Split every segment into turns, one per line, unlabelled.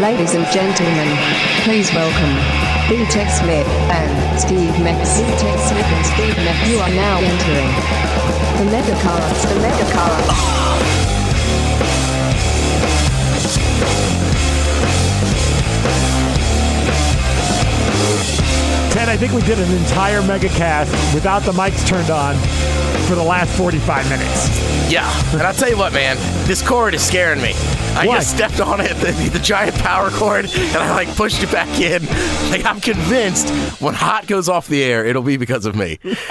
Ladies and gentlemen, please welcome B-Tech Smith and Steve Max. B-Tech Smith and Steve Max. You are now entering the Megacards. The Megacards.
Ted, I think we did an entire mega cast without the mics turned on for the last 45 minutes.
Yeah, and I'll tell you what, man, this cord is scaring me. I
Why?
just stepped on it, the, the giant power cord, and I like pushed it back in. Like I'm convinced when Hot goes off the air, it'll be because of me.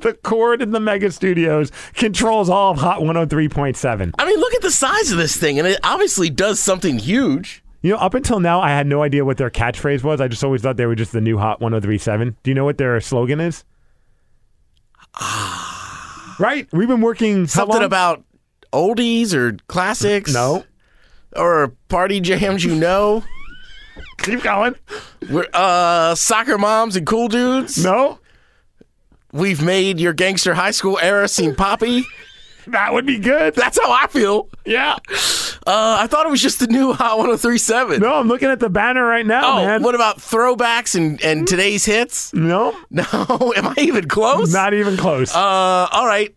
The cord in the mega studios controls all of Hot 103.7.
I mean, look at the size of this thing, and it obviously does something huge.
You know, up until now, I had no idea what their catchphrase was. I just always thought they were just the new Hot 103.7. Do you know what their slogan is? right? We've been working how
Ah. Something
long?
about oldies or classics.
No.
Or party jams, you know.
Keep going.
We're uh, soccer moms and cool dudes.
No?
We've made your gangster high school era seem poppy.
That would be good.
That's how I feel.
Yeah.
Uh, I thought it was just the new Hot 1037.
No, I'm looking at the banner right now,
oh,
man. Mm.
what about throwbacks and, and today's hits?
no,
No, am I even close?
not even close.
uh, all right.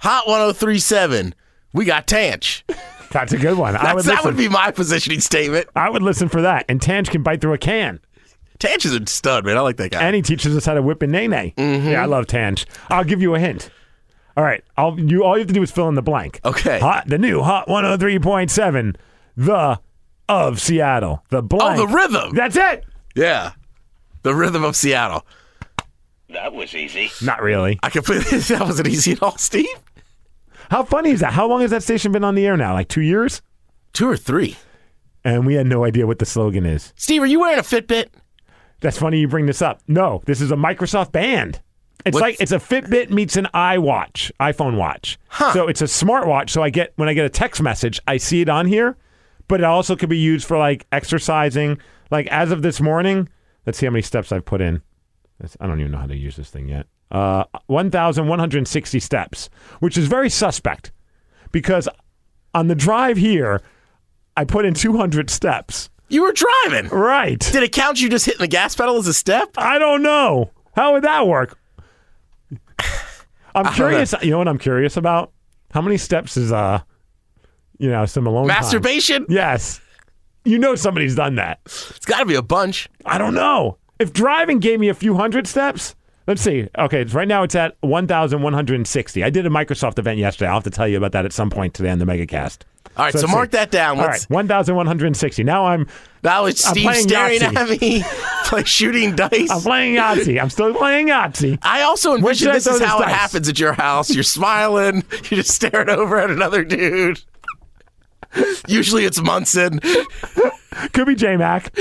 Hot 1037. We got Tanch.
That's a good one. I would
That's, that
listen.
would be my positioning statement.
I would listen for that. And Tanch can bite through a can.
Tanch is a stud, man. I like that guy.
And he teaches us how to whip and nay nay.
Mm-hmm.
Yeah, I love Tanch. I'll give you a hint. All right. I'll you all you have to do is fill in the blank.
Okay.
Hot the new hot one oh three point seven. The of Seattle. The blank.
oh, the rhythm.
That's it.
yeah. The rhythm of Seattle.
That was easy.
Not really.
I completely, that wasn't easy at all, Steve.
How funny is that? How long has that station been on the air now? Like two years?
Two or three.
And we had no idea what the slogan is.
Steve, are you wearing a Fitbit?
That's funny you bring this up. No, this is a Microsoft band. It's
What's-
like it's a Fitbit meets an iWatch, iPhone watch. So it's a smartwatch. So I get when I get a text message, I see it on here, but it also could be used for like exercising. Like as of this morning, let's see how many steps I've put in. That's, I don't even know how to use this thing yet. Uh, 1,160 steps, which is very suspect because on the drive here, I put in 200 steps.
You were driving.
Right.
Did it count you just hitting the gas pedal as a step?
I don't know. How would that work? I'm
know.
curious. You know what I'm curious about? How many steps is uh, you know, some alone time?
Masturbation?
Yes. You know somebody's done that.
It's got to be a bunch.
I don't know. If driving gave me a few hundred steps, let's see. Okay, it's- right now it's at 1,160. I did a Microsoft event yesterday. I'll have to tell you about that at some point today on the MegaCast.
All right,
So
so,
let's
mark
see.
that down.
All
Uh, What's,
right, 1,160. Now I'm
Now it's
I'm
Steve
playing
staring
Yahtzee.
at me, play shooting dice.
I'm playing Yahtzee. I'm still playing Yahtzee.
I also envision
should I
this
throw
is
this
how it
dice?
happens at your house. You're smiling, you're just staring over at another dude. Usually it's Munson.
Could be J-Mac.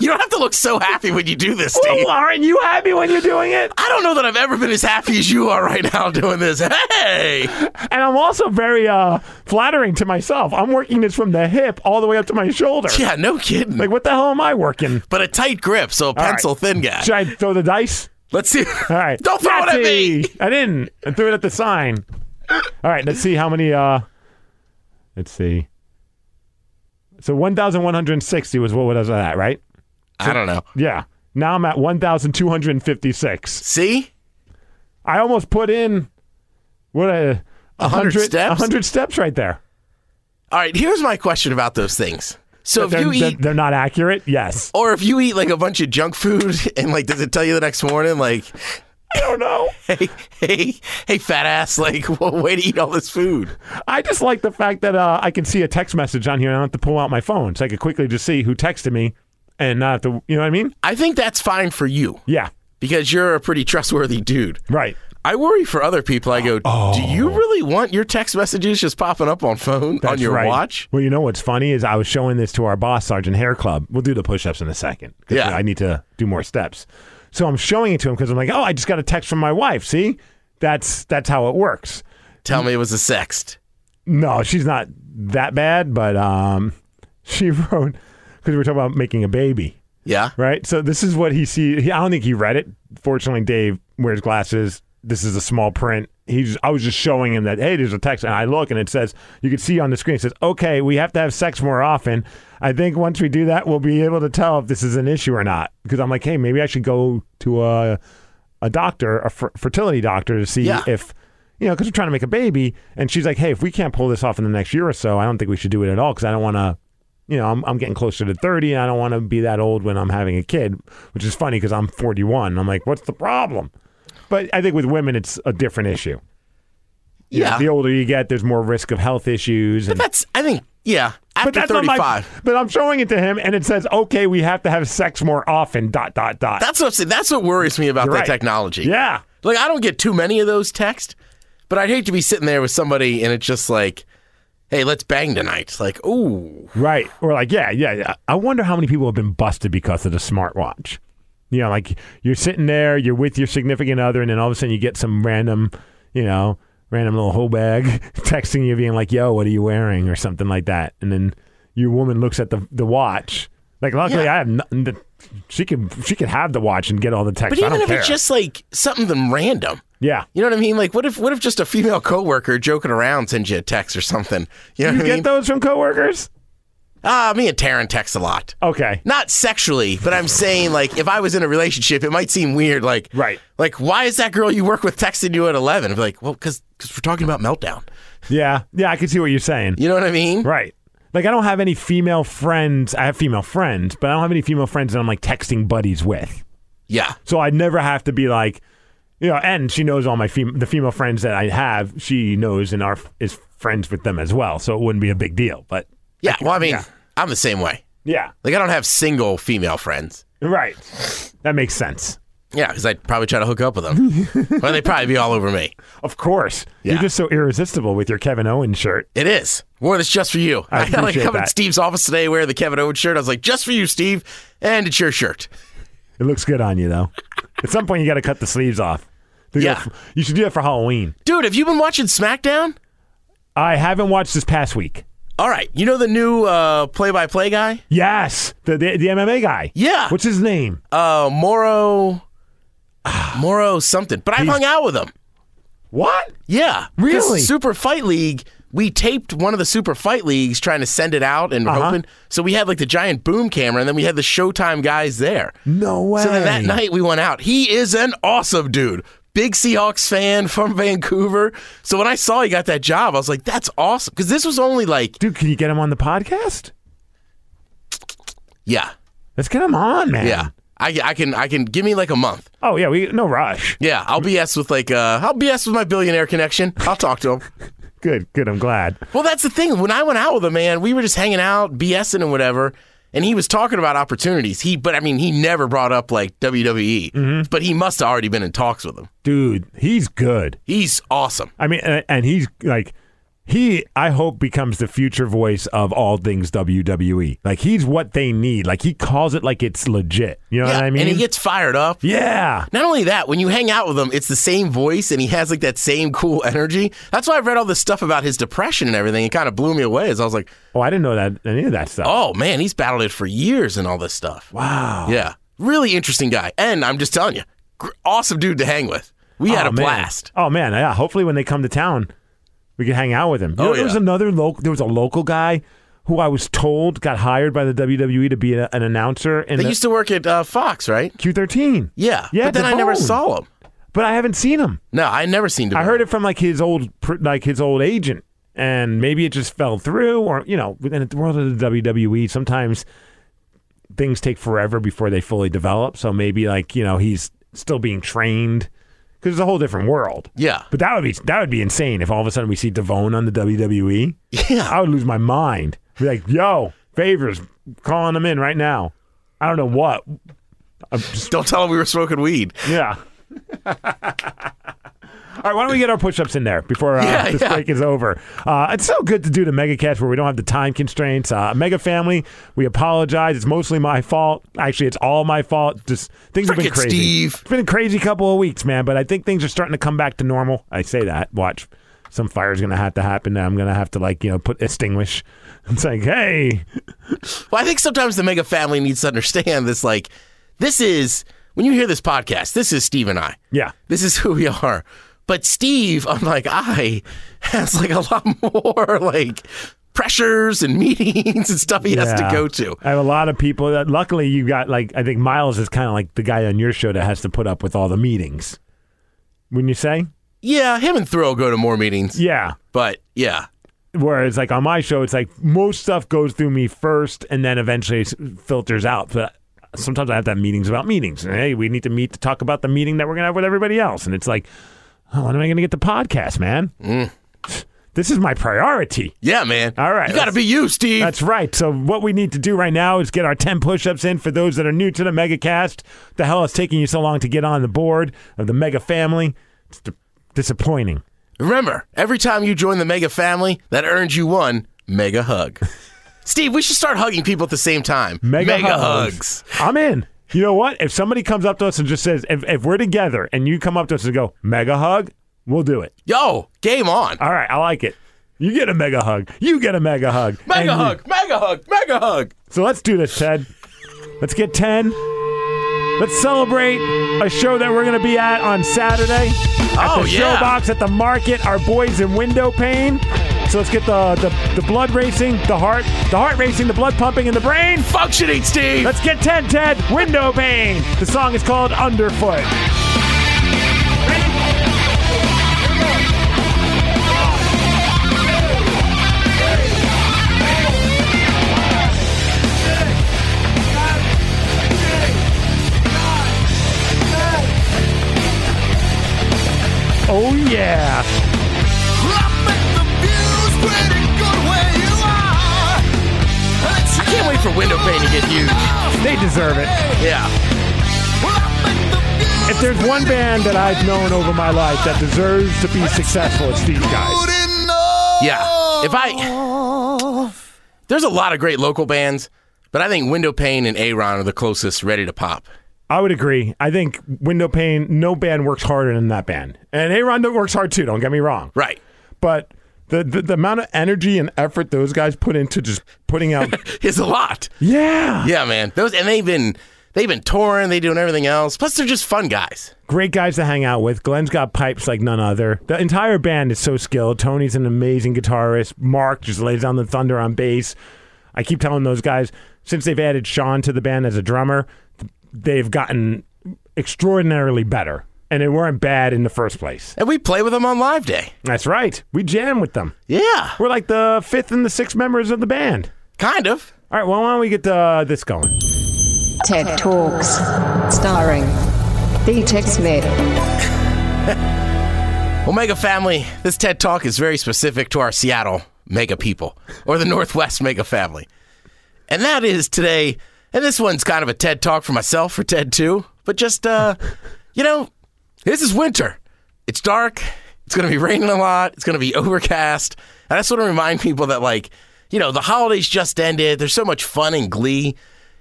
You don't have to look so happy when you do this,
Oh,
Steve.
Lauren, you happy when you're doing it?
I don't know that I've ever been as happy as you are right now doing this. Hey!
And I'm also very uh, flattering to myself. I'm working this from the hip all the way up to my shoulder.
Yeah, no kidding.
Like, what the hell am I working?
but a tight grip, so a pencil thin guy.
Should I throw the dice?
Let's see.
All right.
Don't throw it at me.
Yahtzee! I didn't. I threw it at the sign. All right, let's see how many. Uh, let's see. So 1,160 was what was that, right?
I don't know.
Yeah. Now I'm at 1,256.
See?
I almost put in, what, uh, a
100 steps?
100 steps right there.
All right, here's my question about those things. So if
They're,
you
they're-
eat
they're not accurate? Yes.
Or if you eat like a bunch of junk food and like, does it tell you the next morning, like,
I don't know.
hey, hey, hey, fat ass, like, what way to eat all this food?
I just like the fact that uh, I can see a text message on here and I don't have to pull out my phone. So I could quickly just see who texted me and not have to, you know what I mean?
I think that's fine for you
Yeah.
because you're a pretty trustworthy dude.
Right.
I worry for other people. I go, do you really want your text messages just popping up on phone on
Oh. That's
your
right.
watch?
Well, you know what's funny is I was showing this to our boss, Sergeant Hair Club. We'll do the push ups in a second. 'cause
Yeah.
I need to do more steps. So I'm showing it to him because I'm like, oh, I just got a text from my wife. See? That's that's how it works.
Tell me it was a sext.
No, she's not that bad, but um, she wrote because we were talking about making a baby.
Yeah.
right? So this is what he see. He, I don't think he read it. Fortunately, Dave wears glasses. This is a small print. he's I was just showing him that hey, there's a text, and I look and it says you can see on the screen it says okay, we have to have sex more often. I think once we do that, we'll be able to tell if this is an issue or not. Because I'm like, hey, maybe I should go to a a doctor, a fer- fertility doctor, to see
Yeah.
if you know because we're trying to make a baby. And she's like, hey, if we can't pull this off in the next year or so, I don't think we should do it at all because I don't want to. You know, I'm, I'm getting closer to 30 and I don't want to be that old when I'm having a kid, which is funny because I'm 41. I'm like, what's the problem? But I think with women, it's a different issue. You know,
Yeah.
the older you get, there's more risk of health issues. And,
That's, I think, yeah. After
but that's not
35.
my. But I'm showing it to him, and it says, "Okay, we have to have sex more often." Dot dot dot.
That's what I'm saying. That's what worries me about
You're
that
right.
technology.
yeah.
Like I don't get too many of those texts, but I'd hate to be sitting there with somebody and it's just like, "Hey, let's bang tonight." Like, ooh,
Right. Or like, yeah, yeah, yeah. I wonder how many people have been busted because of the smartwatch. You know, like you're sitting there, you're with your significant other, and then all of a sudden you get some random, you know, random little hoe bag texting you, being like, "Yo, what are you wearing?" or something like that. And then your woman looks at the the watch. Like, luckily,
Yeah.
I have nothing. To, she can she can have the watch and get all the texts.
but
I
even
don't
if
care.
it's just like something random,
yeah,
you know what I mean? Like, what if what if just a female coworker joking around sends you a text or something? You know
you
what I
get
mean?
those from coworkers.
Ah, me and Taryn text a lot.
Okay,
Not sexually, but I'm saying like if I was in a relationship, it might seem weird. Like,
Right.
Like, why is that girl you work with texting you at 11? I'd be like, well, because we're talking about meltdown.
yeah, yeah, I can see what you're saying.
You know what I mean?
Right. Like I don't have any female friends. I have female friends, but I don't have any female friends that I'm like texting buddies with.
Yeah.
So I never have to be like, you know. And she knows all my fem- the female friends that I have. She knows and are is friends with them as well. So it wouldn't be a big deal. But
Yeah. Well, I mean,
yeah.
I'm the same way.
yeah,
Like I don't have single female friends.
right. That makes sense.
Yeah, because I'd probably try to hook up with them. or they'd probably be all over me.
Of course. You're
Yeah.
just so irresistible with your Kevin Owens shirt.
It is. Wore this just for you.
I
had like
appreciate
come in
that.
Steve's office today wearing the Kevin Owens shirt. I was like, just for you, Steve. And it's your shirt.
It looks good on you though. At some point, you got to cut the sleeves off. You
Yeah.
gotta- you should do that for Halloween.
Dude, have you been watching SmackDown?
I haven't watched this past week.
All right. You know the new uh, play-by-play guy?
Yes, the, the the MMA guy.
Yeah.
What's his name?
Uh, Moro... Moro something. But I've hung out with him.
What?
Yeah. 'Cause
Really?
Super Fight League, we taped one of the Super Fight Leagues trying to send it out and
Uh-huh.
hoping. So we had like the giant boom camera and then we had the Showtime guys there.
No way.
So then that night we went out. He is an awesome dude. Big Seahawks fan from Vancouver. So when I saw he got that job, I was like, that's awesome. Because this was only like,
dude, can you get him on the podcast?
yeah,
Let's get him on, man.
yeah. I, I can, I can, give me like a month.
Oh yeah, we no rush.
Yeah, I'll BS with like, uh, I'll BS with my billionaire connection. I'll talk to him.
Good, good. I'm glad.
Well, that's the thing. When I went out with him, man, we were just hanging out, BSing and whatever. And he was talking about opportunities. He, but I mean, he never brought up like WWE,
Mm-hmm.
but he must have already been in talks with him.
Dude, he's good.
He's awesome.
I mean, and, and he's like, he I hope becomes the future voice of all things WWE. Like he's what they need. Like he calls it like it's legit. You know what I mean?
And he gets fired up.
yeah.
Not only that, when you hang out with him, it's the same voice and he has like that same cool energy. That's why I read all this stuff about his depression and everything. It kind of blew me away as I was like,
Oh, I didn't know that any of that stuff.
oh man, he's battled it for years and all this stuff.
wow.
Yeah. Really interesting guy. And I'm just telling you, gr- awesome dude to hang with. We had
Oh,
a
man.
blast.
Oh man, yeah. Hopefully, when they come to town, we can hang out with him. You know,
Oh,
There was
yeah.
another local. There was a local guy who I was told got hired by the WWE to be a, an announcer in
They
the
used to work at uh, Fox, right?
Q13.
Yeah.
yeah.
But then I never
Devone.
saw him.
But I haven't seen him.
No, I never seen him.
I heard it from like his old, pr- like his old agent, and maybe it just fell through, or you know, in the world of the WWE, sometimes things take forever before they fully develop. So maybe like you know he's still being trained because it's a whole different world.
Yeah.
But that would be that would be insane if all of a sudden we see Devone on the WWE.
Yeah.
I would lose my mind. Be like, yo, favors, calling them in right now. I don't know what.
Don't tell him we were smoking weed.
Yeah. All right, why don't we get our push-ups in there before uh,
Yeah,
this
yeah.
break is over? Uh, it's so good to do the MegaCast where we don't have the time constraints. Uh, Mega Family, we apologize. It's mostly my fault. Actually, it's all my fault. Just things have been
Frickin'
crazy.
Steve.
It's been a crazy couple of weeks, man. But I think things are starting to come back to normal. I say that. Watch, some fire's going to have to happen. I'm going to have to like you know put extinguish. It's like, hey,
Well, I think sometimes the mega family needs to understand this. Like, this is when you hear this podcast, this is Steve and I.
yeah,
This is who we are. But Steve, unlike I, has like a lot more like pressures and meetings and stuff he has to
Yeah.
go to.
I have a lot of people that luckily you got like I think Miles is kind of like the guy on your show that has to put up with all the meetings. Wouldn't you say?
Yeah, him and Thrill go to more meetings.
Yeah.
But yeah,
Whereas like on my show it's like most stuff goes through me first and then eventually s- filters out. But sometimes I have to have meetings about meetings. And, hey, we need to meet to talk about the meeting that we're going to have with everybody else and it's like oh, when am I going to get the podcast, man? This is my priority.
yeah, man.
All right,
you got to
let's-
be you, Steve.
That's right. So what we need to do right now is get our 10 push-ups in for those that are new to the MegaCast. The hell is taking you so long to get on the board of the Mega family? It's di- disappointing.
Remember, every time you join the Mega family, that earns you one Mega hug. Steve, we should start hugging people at the same time.
Mega,
hugs.
hugs. I'm in. You know what? If somebody comes up to us and just says, if, if we're together and you come up to us and go, mega hug, we'll do it.
Yo, game on.
All right, I like it. You get a mega hug. You get a mega hug. And
Mega
you-
hug, mega hug, mega hug.
So let's do this, Ted. Let's get 10. Let's celebrate a show that we're going to be at on Saturday at
Oh,
the
yeah.
Showbox at the Market. Our boys in window pane. So let's get the, the, the blood racing, the heart, the heart racing, the blood pumping, and the brain.
Functioning, Steve.
Let's get 10, Ted. Window pane. The song is called Underfoot. Oh, yeah.
I can't wait for window pane to get huge.
They deserve it.
Yeah.
If there's one band that I've known over my life that deserves to be successful, it's these guys.
Yeah. If I There's a lot of great local bands, but I think Window Pane and Aaron are the closest ready to pop.
I would agree. I think window pane, no band works harder than that band. And Aaron works hard too, don't get me wrong.
Right.
But the, the, the amount of energy and effort those guys put into just putting out.
It's a lot.
yeah.
Yeah, man. Those and they've been they've been touring, they doing everything else. Plus they're just fun guys.
Great guys to hang out with. Glenn's got pipes like none other. The entire band is so skilled. Tony's an amazing guitarist. Mark just lays down the thunder on bass. I keep telling those guys, since they've added Sean to the band as a drummer, th- they've gotten extraordinarily better. And they weren't bad in the first place.
And we play with them on live day.
That's right. We jam with them.
Yeah.
We're like the fifth and the sixth members of the band.
Kind of.
All right, well, why don't we get uh, this going?
TED Talks. Starring B-Tech Smith.
Omega family, this TED Talk is very specific to our Seattle mega people or the Northwest mega family. And that is today, and this one's kind of a TED Talk for myself for TED 2, but just, uh, you know, this is winter. It's dark. It's going to be raining a lot. It's going to be overcast. And I just want to remind people that, like, you know, the holidays just ended. There's so much fun and glee.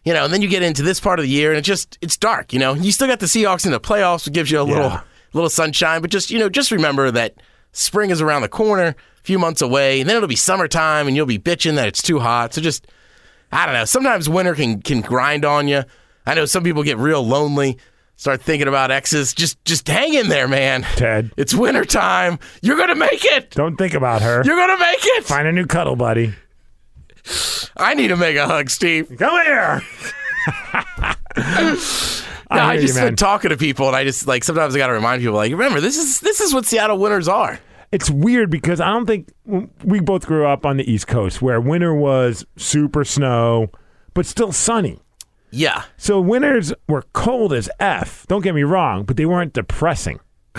You know, and then you get into this part of the year and it just it's dark, you know. You still got the Seahawks in the playoffs, it gives you a little
Yeah.
little sunshine, but just you know, just remember that spring is around the corner, a few months away, and then it'll be summertime and you'll be bitching that it's too hot. So just I don't know. Sometimes winter can can grind on you. I know some people get real lonely, start thinking about exes. Just just hang in there, man.
Ted.
It's winter time. You're gonna make it.
Don't think about her.
You're gonna make it.
Find a new cuddle buddy.
I need to make a hug, Steve.
Come here.
No,
I
I,
hear you,
just
man.
been talking to people, and I just like sometimes I gotta remind people, like, remember this is this is what Seattle winters are.
It's weird because I don't think we both grew up on the East Coast where winter was super snow, but still sunny.
Yeah.
So winters were cold as F. Don't get me wrong, but they weren't depressing.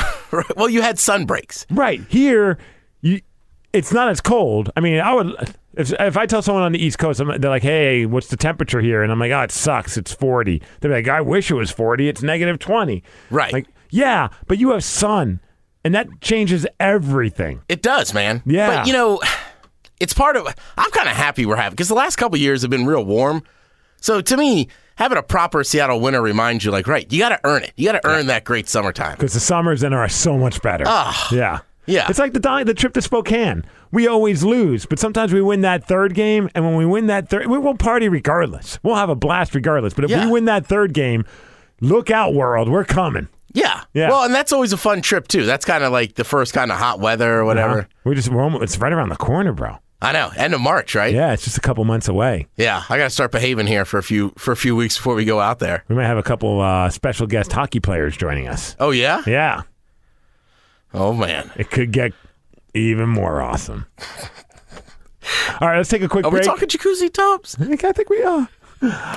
well, you had sun breaks.
Right here, you, it's not as cold. I mean, I would if if I tell someone on the East Coast, I'm, they're like, "Hey, what's the temperature here?" And I'm like, "Oh, it sucks. It's 40." They're like, "I wish it was 40. It's negative 20."
Right.
Like, yeah, but you have sun, and that changes everything.
It does, man.
Yeah.
But you know, it's part of. I'm kind of happy we're having because the last couple years have been real warm. So to me, having a proper Seattle winter reminds you, like, right, you got to earn it. You got to earn that great summertime.
because the summers then are so much better. yeah.
Ah, yeah.
It's like the di- the trip to Spokane. We always lose, but sometimes we win that third game, and when we win that third, we, we'll party regardless. We'll have a blast regardless. But if
Yeah.
we win that third game, look out, world, we're coming.
Yeah.
Yeah.
Well, and that's always a fun trip too. That's kind of like the first kind of hot weather or whatever.
We just Uh, we're almost, it's right around the corner, bro.
I know. End of March, right?
Yeah, it's just a couple months away.
Yeah, I got to start behaving here for a few for a few weeks before we go out there.
We might have a couple uh, special guest hockey players joining us.
Oh yeah.
Yeah,
Oh man.
it could get even more awesome. All right, let's take a quick
Are
break.
we talking jacuzzi tubs?
I think, I think we are.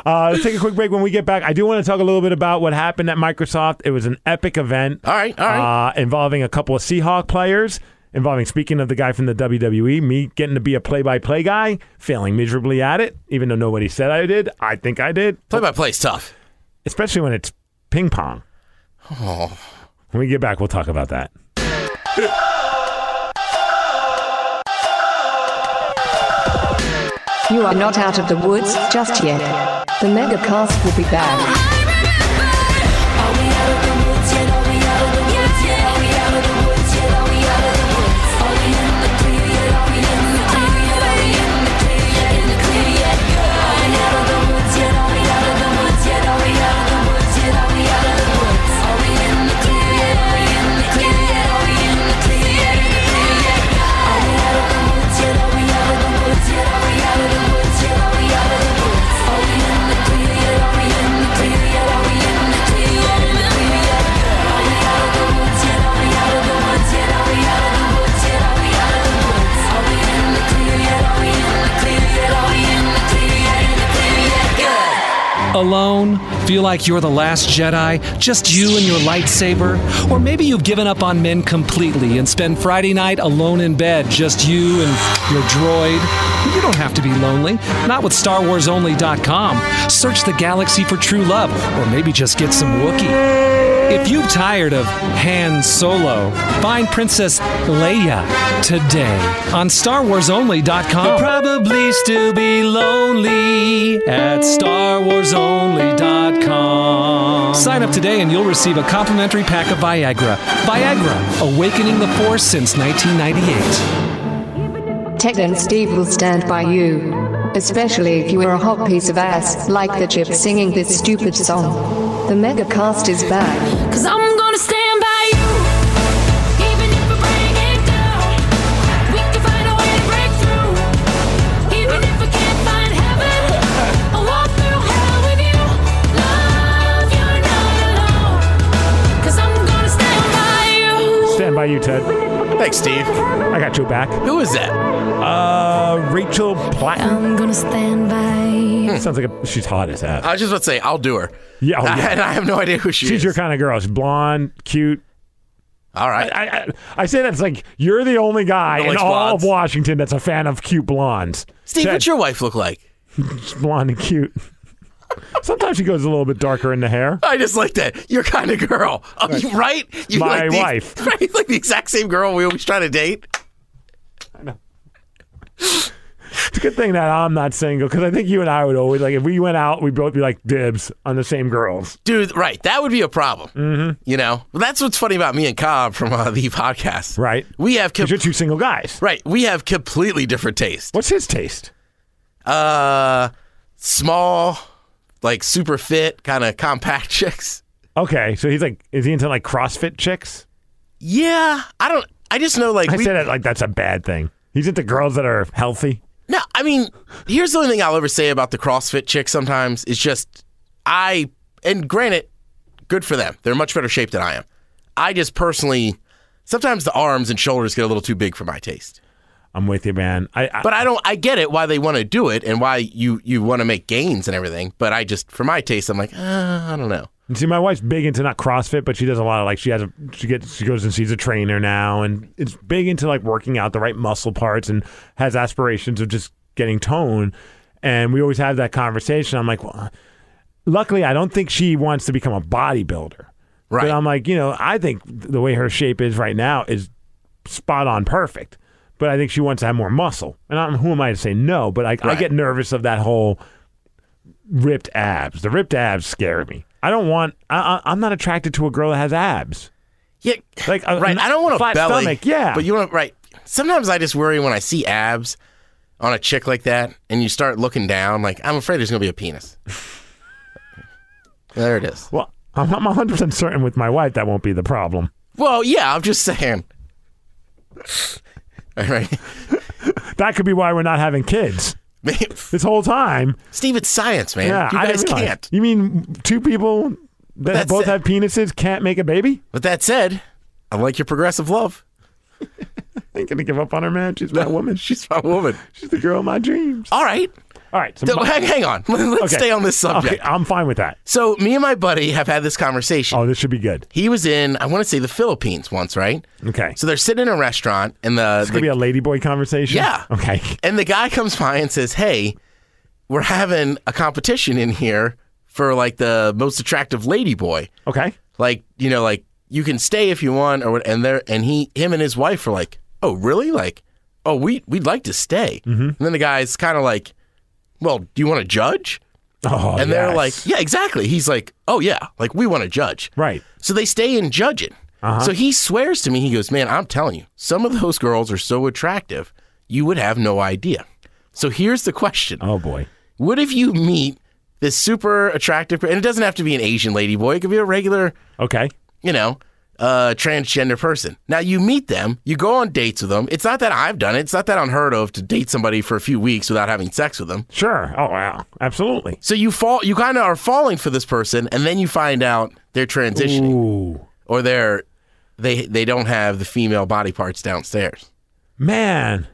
Uh, let's take a quick break. When we get back, I do want to talk a little bit about what happened at Microsoft. It was an epic event.
All right, all right.
Uh, involving a couple of Seahawk players. Involving speaking of the guy from the WWE, me getting to be a play-by-play guy, failing miserably at it, even though nobody said I did. I think I did,
Play by play's tough.
especially when it's ping pong.
Oh.
When we get back, we'll talk about that.
You are not out of the woods just yet. The Megacast will be back.
Are we out of the woods yet? Are we out of the woods yet? Are we out of the woods yet? Are we out of the woods? Are we in the clear yet? Are we in the clear yet? Are we in the clear yet? In the clear yet? Are we out of the woods yet? Are we out of the woods yet? Are we out of the woods yet? Are we out of the woods? Are we in the clear yet? Are we in the clear yet? Are we in the clear yet? In the clear yet? Are we out of the woods yet? Are we out of the woods yet? Are we out of the woods yet? Are we out of the woods? Are we in the clear yet? Are we in the clear yet? Are we in the clear yet? In the clear yet? Are we out of the woods yet? Are we out of the woods yet? Are we out of the woods yet? Are we out of the woods? Are we in the clear yet? Are we in the clear yet? Are we in the clear yet? In the clear yet? Good.
Alone? Feel like you're the last Jedi? Just you and your lightsaber? Or maybe you've given up on men completely and spend Friday night alone in bed, just you and your droid? You don't have to be lonely, not with StarWarsOnly.com. Search the galaxy for true love, or maybe just get some Wookiee. If you're tired of Han Solo, find Princess Leia today on StarWarsOnly.com. You'll probably still be lonely at StarWarsOnly.com. Sign up today and you'll receive a complimentary pack of Viagra. Viagra, awakening the force since 1998.
Ted and Steve will stand by you. Especially if you are a hot piece of ass, like the chip singing this stupid song. The Megacast is back.
Cause I'm gonna stand by you. Even if we bring it down, we can find a way to break through. Even if we can't find heaven, I'll walk through hell with you. Love, you're not alone. Cause I'm gonna stand by you.
Stand by you, Ted.
Thanks, Steve.
I got your back.
Who is that?
Uh, Rachel Platten.
I'm gonna stand by you.
Sounds like a, she's hot as hell.
I was just about to say, I'll do her.
Yeah, oh, yeah.
and I have no idea who she
She's
is.
your kind of girl. She's blonde, cute.
All right.
I, I, I say that's like you're the only guy
Who
in
likes
all of
blondes?
Washington that's a fan of cute blondes.
Steve,
Ted,
what's your wife look like?
she's blonde and cute. Sometimes she goes a little bit darker in the hair.
I just like that. Your kind of girl. Oh, you- right? You
My
like the,
wife.
Right? You like the exact same girl we always try to date?
It's a good thing that I'm not single because I think you and I would always like if we went out, we'd both be like dibs on the same girls.
Dude, right. That would be a problem. Mm-hmm. You know? Well, that's what's funny about me and Cobb from uh, the podcast.
Right.
We have com-
Because you're two single guys.
right. We have completely different tastes.
What's his taste?
Uh, small, like super fit, kind of compact chicks.
Okay, so he's like, is he into like CrossFit chicks?
Yeah, I don't. I just know like
I
we,
say that like that's a bad thing. He's into girls that are healthy.
no. I mean, here's the only thing I'll ever say about the CrossFit chicks. Sometimes it's just I and granted, good for them. They're in much better shape than I am. I just personally sometimes the arms and shoulders get a little too big for my taste.
I'm with you, man. I, I
But I don't. I get it why they want to do it and why you you want to make gains and everything. But I just for my taste, I'm like uh, I don't know.
see my wife's big into not CrossFit, but she does a lot of like she has a she gets she goes and sees a trainer now, and it's big into like working out the right muscle parts and has aspirations of just getting tone. And we always have that conversation. I'm like, well, luckily, I don't think she wants to become a bodybuilder.
Right.
But um, I'm like, you know, I think the way her shape is right now is spot on perfect. But I think she wants to have more muscle. And I'm, who am I to say no? But I, I
Right.
get nervous of that whole ripped abs. The ripped abs scare me. I don't want. I, I, I'm not attracted to a girl that has abs.
Yeah,
Like, a-
right.
a
I don't want a
flat
belly.
stomach, yeah.
but you want right. Sometimes I just worry when I see abs on a chick like that, and you start looking down. Like I'm afraid there's gonna be a penis. there it is.
Well, I'm, I'm 100% certain with my wife that won't be the problem.
Well, yeah, I'm just saying. All right.
That could be why we're not having kids. This whole time,
Steve, it's science, man.
yeah,
you
I
guys
didn't realize.
can't.
You mean two people that
That's
both
it.
have penises can't make a baby?
With that said, I like your progressive love.
I ain't gonna give up on her, man. She's my woman. She's
My woman.
she's the girl of my dreams.
All right.
All right, so
Th-
my-
hang, hang on. Let's
okay.
stay on this subject.
Okay, I'm fine with that.
So, me and my buddy have had this conversation.
Oh, this should be good.
He was in, I want to say, the Philippines once, right?
Okay,
So they're sitting in a restaurant, and the,
this
the-
could be a ladyboy conversation.
Yeah.
Okay.
and the guy comes by and says, "Hey, we're having a competition in here for like the most attractive lady boy.
Okay.
Like, you know, like you can stay if you want, or what." And there, and he, him, and his wife are like, "Oh, really? Like, oh, we we'd like to stay."
Mm-hmm.
And then the guy's kind of like, "Well, do you want to judge?"
Oh,
And they're
yes.
like, "Yeah, exactly." He's like, "Oh yeah, like we want to judge."
right.
So they stay and judge it. So he swears to me, he goes, Man, I'm telling you, some of those girls are so attractive, you would have no idea. So here's the question
Oh boy.
What if you meet this super attractive, and it doesn't have to be an Asian lady boy, it could be a regular,
Okay.
you know, uh, transgender person. Now you meet them, you go on dates with them. It's not that I've done it, it's not that unheard of to date somebody for a few weeks without having sex with them.
Sure. Oh wow. Absolutely.
So you fall, you kind of are falling for this person, and then you find out they're transitioning.
Ooh.
or they're they they don't have the female body parts downstairs.
Man,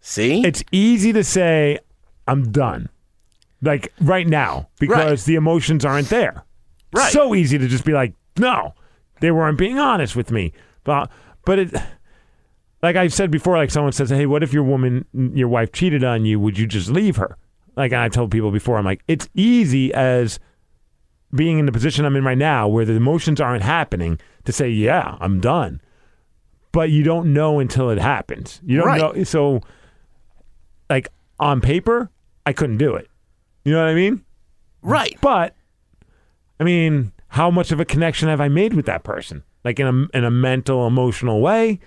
See?
it's easy to say I'm done. Like right now because the emotions aren't there.
Right.
So easy to just be like, "No. They weren't being honest with me." But but it like I've said before, like someone says, "Hey, what if your woman, your wife cheated on you? Would you just leave her?" Like and I told people before, I'm like, it's easy as being in the position I'm in right now, where the emotions aren't happening, to say, "Yeah, I'm done," but you don't know until it happens. You don't
Right.
know. So, like on paper, I couldn't do it. You know what I mean?
right.
But I mean, how much of a connection have I made with that person? Like in a in a mental, emotional way.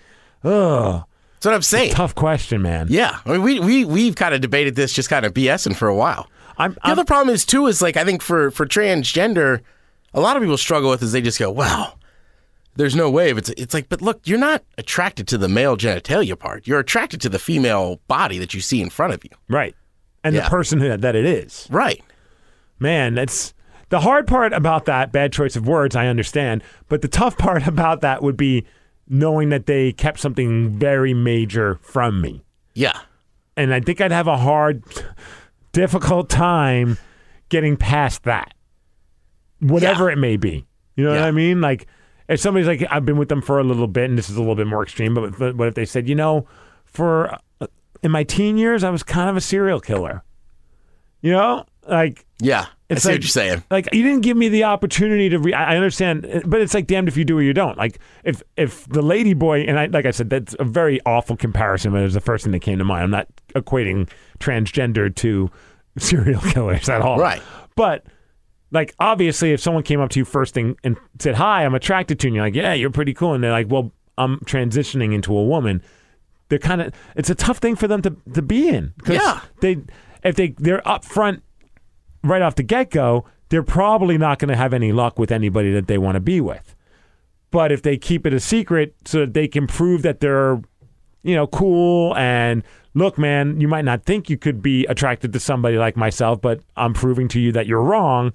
Ugh.
That's what I'm saying.
Tough question, man.
Yeah. I mean we we we've kind of debated this just kind of BSing for a while.
I'm,
The
I'm
other problem is too is like I think for for transgender, a lot of people struggle with is they just go, Wow, there's no way if it's it's like, but look, you're not attracted to the male genitalia part. You're attracted to the female body that you see in front of you.
right, and
Yeah.
the person who, that it is,
Right.
man. That's the hard part about that bad choice of words. I understand, but the tough part about that would be knowing that they kept something very major from me,
Yeah.
and I think I'd have a hard, difficult time getting past that, whatever it may be. You know what
Yeah.
I mean? Like, if somebody's like, I've been with them for a little bit, and this is a little bit more extreme, but but what if they said, you know, for uh, in my teen years, I was kind of a serial killer. You know, like
Yeah.
It's
I see
like-
what you're saying.
like you didn't give me the opportunity to. Re- I I understand, but it's like damned if you do or you don't. Like if if the lady boy and I, like I said, that's a very awful comparison. But it was the first thing that came to mind. I'm not equating transgender to serial killers at all.
Right.
But like obviously, if someone came up to you first thing and said, "Hi, I'm attracted to you," and you're like, "Yeah, you're pretty cool," and they're like, "Well, I'm transitioning into a woman." They're kind of it's a tough thing for them to to be in 'cause
Yeah.
they if they they're upfront right off the get go, they're probably not going to have any luck with anybody that they want to be with. But if they keep it a secret so that they can prove that they're, you know, cool and look, man, you might not think you could be attracted to somebody like myself, but I'm proving to you that you're wrong.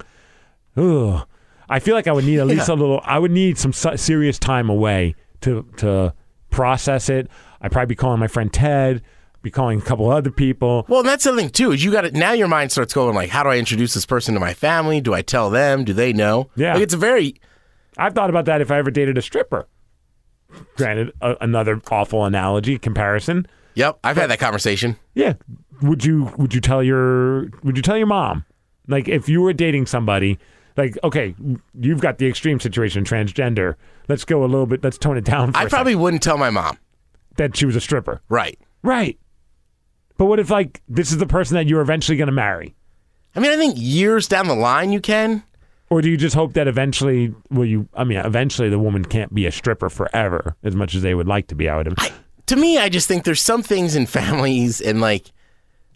Ooh, I feel like I would need at least a little. I would need some se- serious time away to to process it. I'd probably be calling my friend Ted, be calling a couple other people.
Well, and that's the thing too. Is you got to now your mind starts going like, how do I introduce this person to my family? Do I tell them? Do they know?
Yeah.
like, it's a very
I've thought about that if I ever dated a stripper. Granted, a, another awful analogy comparison.
yep. I've had that conversation.
Yeah, would you would you tell your would you tell your mom? Like if you were dating somebody, like okay, you've got the extreme situation transgender. Let's go a little bit. Let's tone it down. For
I
a
probably wouldn't tell my mom.
second, that she was a stripper,
Right.
right? But what if like this is the person that you're eventually going to marry,
I mean, I think years down the line you can.
or do you just hope that eventually will you? I mean, eventually the woman can't be a stripper forever as much as they would like to be. I would.
I, to me, I just think there's some things in families and like,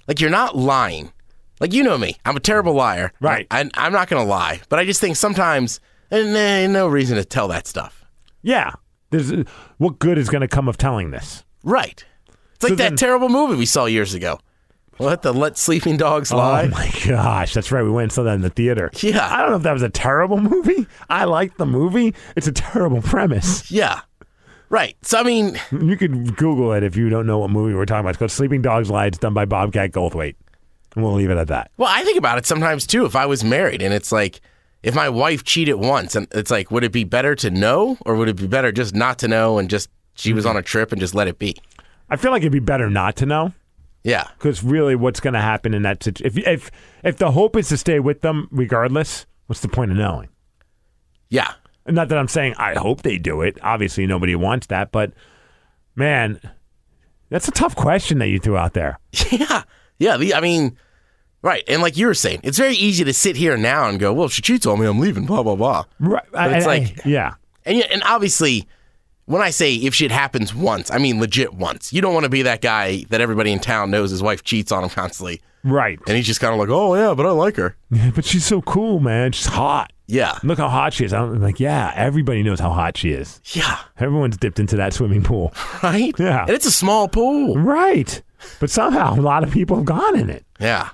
like you're not lying. Like you know me, I'm a terrible liar.
Right.
I, I'm not gonna lie, but I just think sometimes And there ain't no reason to tell that stuff.
Yeah. There's, what good is going to come of telling this?
Right. It's like
So
that
then-
terrible movie we saw years ago. Let the Let Sleeping Dogs Lie.
Oh my gosh, that's right. We went and saw that in the theater.
Uh, Yeah.
I don't know if that was a terrible movie. I liked the movie. It's a terrible premise.
yeah. Right. So, I mean,
You could Google it if you don't know what movie we're talking about. It's called Sleeping Dogs Lie. It's done by Bobcat Goldthwait. And we'll leave it at that.
well, I think about it sometimes too. If I was married and it's like, if my wife cheated once, and it's like, would it be better to know or would it be better just not to know and just she was on a trip and just let it be?
I feel like it'd be better not to know.
Yeah.
Because really, what's going to happen in that situation? If, if if the hope is to stay with them regardless, what's the point of knowing?
Yeah.
Not that I'm saying I hope they do it. Obviously, nobody wants that. But man, that's a tough question that you threw out there.
Yeah. Yeah. The, I mean, right. And like you were saying, it's very easy to sit here now and go, well, she cheats on me, I'm leaving, blah, blah, blah.
Right?
But it's like-
yeah,
And, yeah, and obviously, when I say if shit happens once, I mean legit once. You don't want to be that guy that everybody in town knows his wife cheats on him constantly.
right.
And he's just kind of like, oh, yeah, but I like her.
but she's so cool, man. She's hot.
Yeah.
Look how hot she is. I'm like, yeah, everybody knows how hot she is.
Yeah.
Everyone's dipped into that swimming pool.
Right?
Yeah.
And it's a small pool.
right. But somehow a lot of people have gone in it.
Yeah.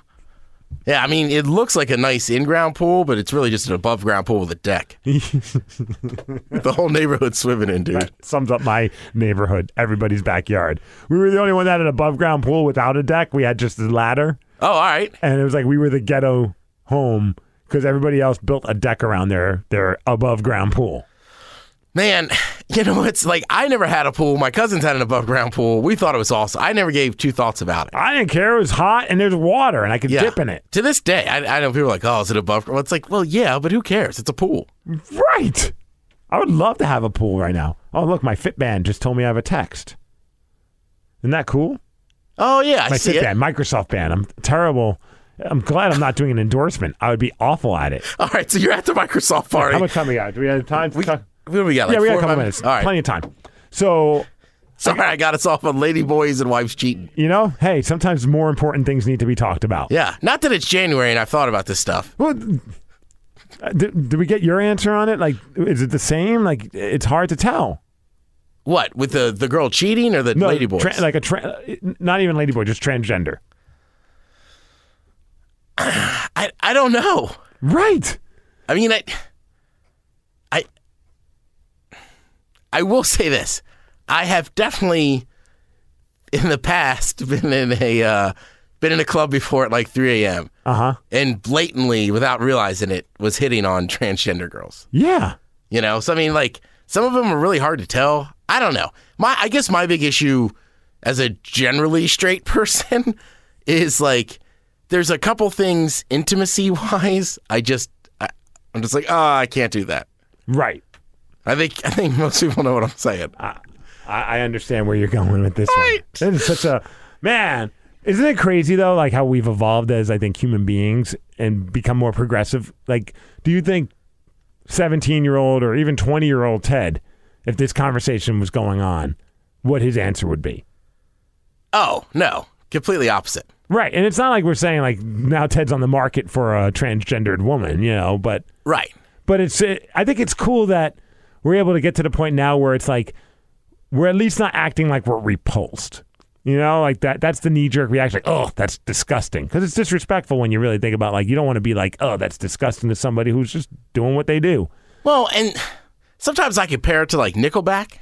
Yeah. I mean, it looks like a nice in ground pool, but it's really just an above ground pool with a deck. the whole neighborhood's swimming in, dude.
sums up my neighborhood, everybody's backyard. We were the only one that had an above ground pool without a deck. We had just a ladder,
Oh, all right.
and it was like we were the ghetto home because everybody else built a deck around their their above ground pool.
Man, you know, it's like I never had a pool. My cousins had an above ground pool. We thought it was awesome. I never gave two thoughts about it.
I didn't care. It was hot, and there's water, and I could
Yeah.
dip in it.
To this day, I, I know people are like, oh, is it above? Well, it's like, well, yeah, but who cares? It's a pool.
Right. I would love to have a pool right now. Oh, look, my Fitband just told me I have a text. Isn't that cool?
Oh, yeah, I
My
see it.
Fitband, Microsoft band. I'm terrible. I'm glad I'm not doing an endorsement. I would be awful at it.
All right, so you're at the Microsoft party.
How much time we got? Do we have time? To
we,
talk?
what do we got? Like
yeah, we got
four
a
or
couple
five
minutes.
All right.
Plenty of time. So,
Sorry, I got us off on lady boys and wives cheating.
you know, hey, sometimes more important things need to be talked about.
Yeah, not that it's January and I've thought about this stuff.
Well, th- uh, did, did we get your answer on it? Like, is it the same? Like, it's hard to tell.
What with the the girl cheating or the lady boys?
tra- like a tra- not even ladyboy, just transgender.
I I don't know.
Right.
I mean, I, I, I will say this: I have definitely, in the past, been in a uh, been in a club before at like 3 a.m.
Uh huh.
and blatantly, without realizing it, was hitting on transgender girls.
Yeah.
You know, so I mean, like some of them are really hard to tell. I don't know. My, I guess my big issue as a generally straight person is like there's a couple things intimacy wise. I just, I, I'm just like, oh, I can't do that.
Right.
I think, I think most people know what I'm saying.
I, I understand where you're going with this
Right.
one. This is such a man. Isn't it crazy though? Like how we've evolved as I think human beings and become more progressive. Like, do you think 17 year old or even 20 year old Ted, if this conversation was going on, what his answer would be?
oh no, completely opposite.
Right. And it's not like we're saying like now Ted's on the market for a transgendered woman, you know, but
Right.
but it's it, I think it's cool that we're able to get to the point now where it's like we're at least not acting like we're repulsed. You know, like that that's the knee jerk reaction like, "Oh, that's disgusting." Cuz it's disrespectful when you really think about like you don't want to be like, "Oh, that's disgusting" to somebody who's just doing what they do.
Well, and sometimes I compare it to like Nickelback,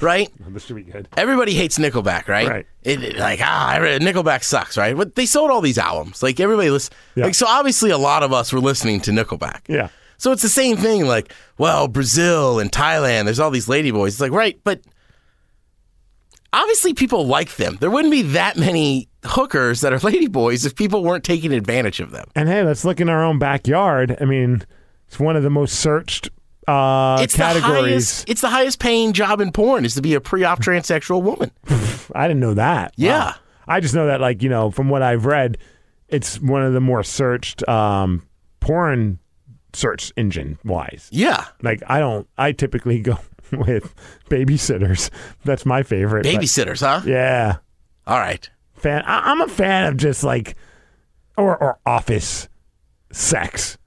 right?
This should be good.
Everybody hates Nickelback, right?
Right.
It, it- like ah, I re- Nickelback sucks, right? But they sold all these albums. Like everybody listen.
Yeah.
Like so, obviously, a lot of us were listening to Nickelback.
Yeah.
So it's the same thing. Like, well, Brazil and Thailand, there's all these ladyboys. It's like right, but obviously, people like them. There wouldn't be that many hookers that are ladyboys if people weren't taking advantage of them.
And hey, let's look in our own backyard. I mean, it's one of the most searched uh
It's the
categories.
highest. It's the highest paying job in porn is to be a pre-op transsexual woman.
I didn't know that.
Yeah.
Wow. I just know that, like, you know, from what I've read, it's one of the more searched um, porn search engine wise.
Yeah.
Like, I don't, I typically go with babysitters. That's my favorite. but-
Babysitters, huh?
yeah.
All right.
Fan. I, I'm a fan of just like, or, or office sex.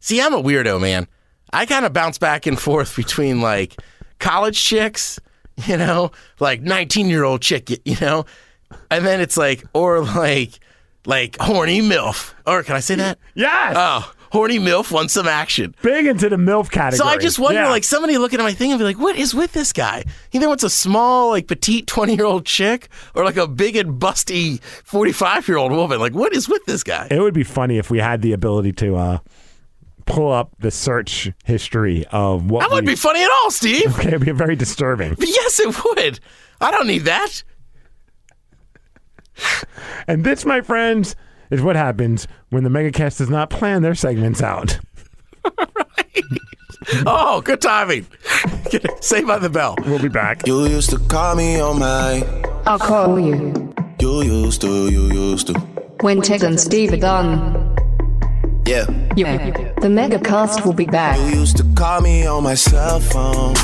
See, I'm a weirdo, man. I kind of bounce back and forth between like college chicks, you know, like 19 year old chick, y- you know, and then it's like, or like, like horny MILF. Or can I say that?
Yes.
Oh, horny MILF wants some action.
Big into the MILF category.
So I just wonder,
Yeah.
like, somebody looking at my thing and be like, "What is with this guy? He either wants a small, like, petite twenty-year-old chick, or like a big and busty forty-five-year-old woman. Like, what is with this guy?"
It would be funny if we had the ability to uh, pull up the search history of what
That wouldn't
we-
be funny at all, Steve.
Okay, it'd be very disturbing.
But yes, it would. I don't need that.
And this, my friends, is what happens when the Megacast does not plan their segments out.
Oh, good timing. Saved by the bell.
We'll be back.
You used to call me on my.
I'll call you
You used to, you used to.
when Ted and Steve are done.
Yeah.
Yeah, the Megacast will be back.
You used to call me on my cell phone.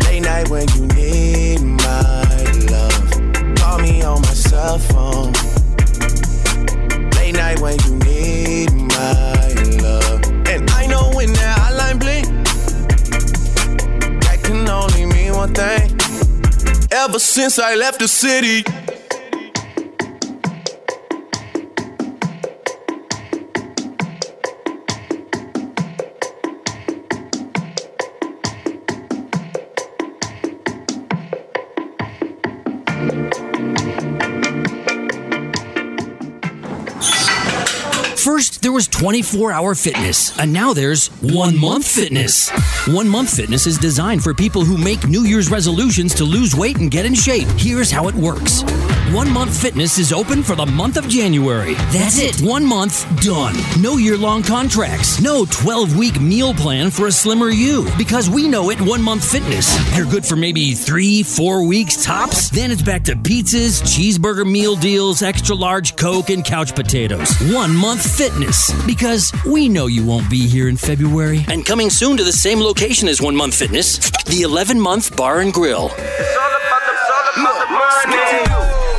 Late night when you need my love. Call me on my cell phone. Late night when you need my love. And I know when that hotline blink, that can only mean one thing. Ever since I left the city.
First, there was 24 hour fitness, and now there's one month fitness. One month fitness is designed for people who make New Year's resolutions to lose weight and get in shape. Here's how it works One month fitness is open for the month of January. That's it. One month done. No year long contracts. No 12 week meal plan for a slimmer you. Because we know it, one month fitness. They're good for maybe three, four weeks tops. Then it's back to pizzas, cheeseburger meal deals, extra large Coke, and couch potatoes. One month fitness. Because we know you won't be here in February. And coming soon to the same location as One Month Fitness, the 11 month bar and grill.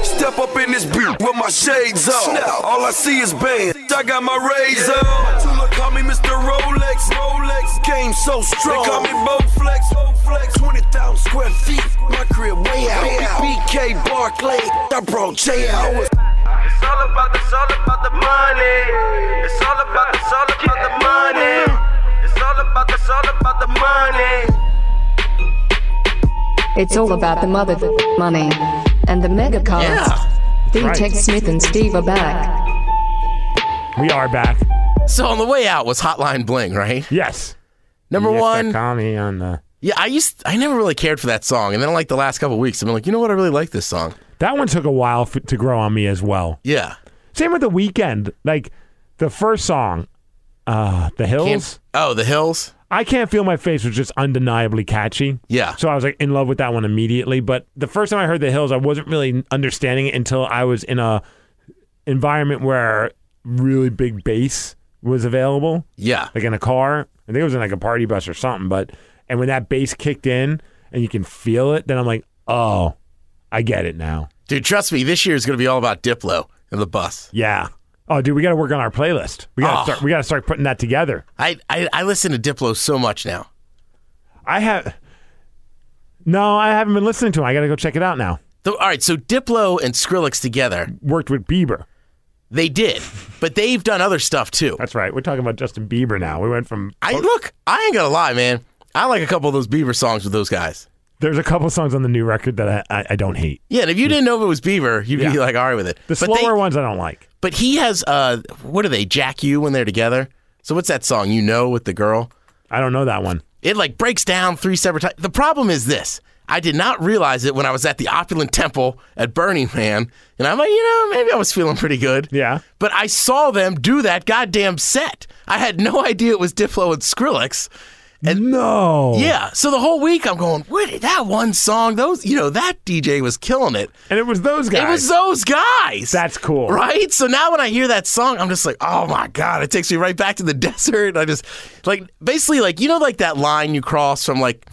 Step up in this beat with my shades on. All I see is bands. I got my rays on. Tula call me Mr. Rolex. Rolex game so strong. They call me Bowflex. Bowflex. 20,000 square feet. My crib way out. BK Barclay. I brought J out.
It's all about the, it's all about the money. It's all about the, it's all about the money. It's all about the, it's all about the money.
It's all about the mother money and the Megacast. B
Right.
Tech Smith and Steve are back.
We are back.
So on the way out was Hotline Bling, right?
Yes.
Number
Yes, that
one.
Commie on the.
Yeah, I used I never really cared for that song, and then like the last couple weeks, I'm like, you know what? I really like this song.
That one took a while f- to grow on me as well.
Yeah.
Same with the weekend. Like the first song, uh, "The Hills."
Can't- oh, the hills.
I can't feel my face was just undeniably catchy.
Yeah.
So I was like in love with that one immediately. But the first time I heard the hills, I wasn't really understanding it until I was in a environment where really big bass was available,
Yeah.
like in a car. I think it was in like a party bus or something. But and when that bass kicked in and you can feel it, then I'm like, oh, I get it now.
Dude, trust me, this year is going to be all about Diplo and the bus.
Yeah. Oh, dude, we got to work on our playlist. We got to
Oh.
start. We got to start putting that together.
I, I I listen to Diplo so much now.
I have. No, I haven't been listening to him. I got to go check it out now.
The- all right, so Diplo and Skrillex together,
Worked with Bieber.
they did, but they've done other stuff too.
That's right. We're talking about Justin Bieber now. We went from
I look, I ain't gonna lie, man. I like a couple of those Beaver songs with those guys.
there's a couple songs on the new record that I, I, I don't hate.
Yeah, and if you didn't know if it was Beaver, you'd
Yeah.
be like, all right with it.
The
but,
slower
they,
ones I don't like.
but he has, uh, what are they, Jack You when they're together? So what's that song, You Know, with the girl?
I don't know that one.
It like breaks down three separate times. The problem is this. I did not realize it when I was at the opulent temple at Burning Man. And I'm like, you know, maybe I was feeling pretty good.
Yeah.
But I saw them do that goddamn set. I had no idea it was Diplo and Skrillex.
No.
Yeah. So the whole week I'm going, what that one song, those you know, that DJ was killing it.
And it was those guys.
It was those guys.
That's cool.
Right? So now when I hear that song, I'm just like, oh my God, it takes me right back to the desert. I just like basically like you know like that line you cross from like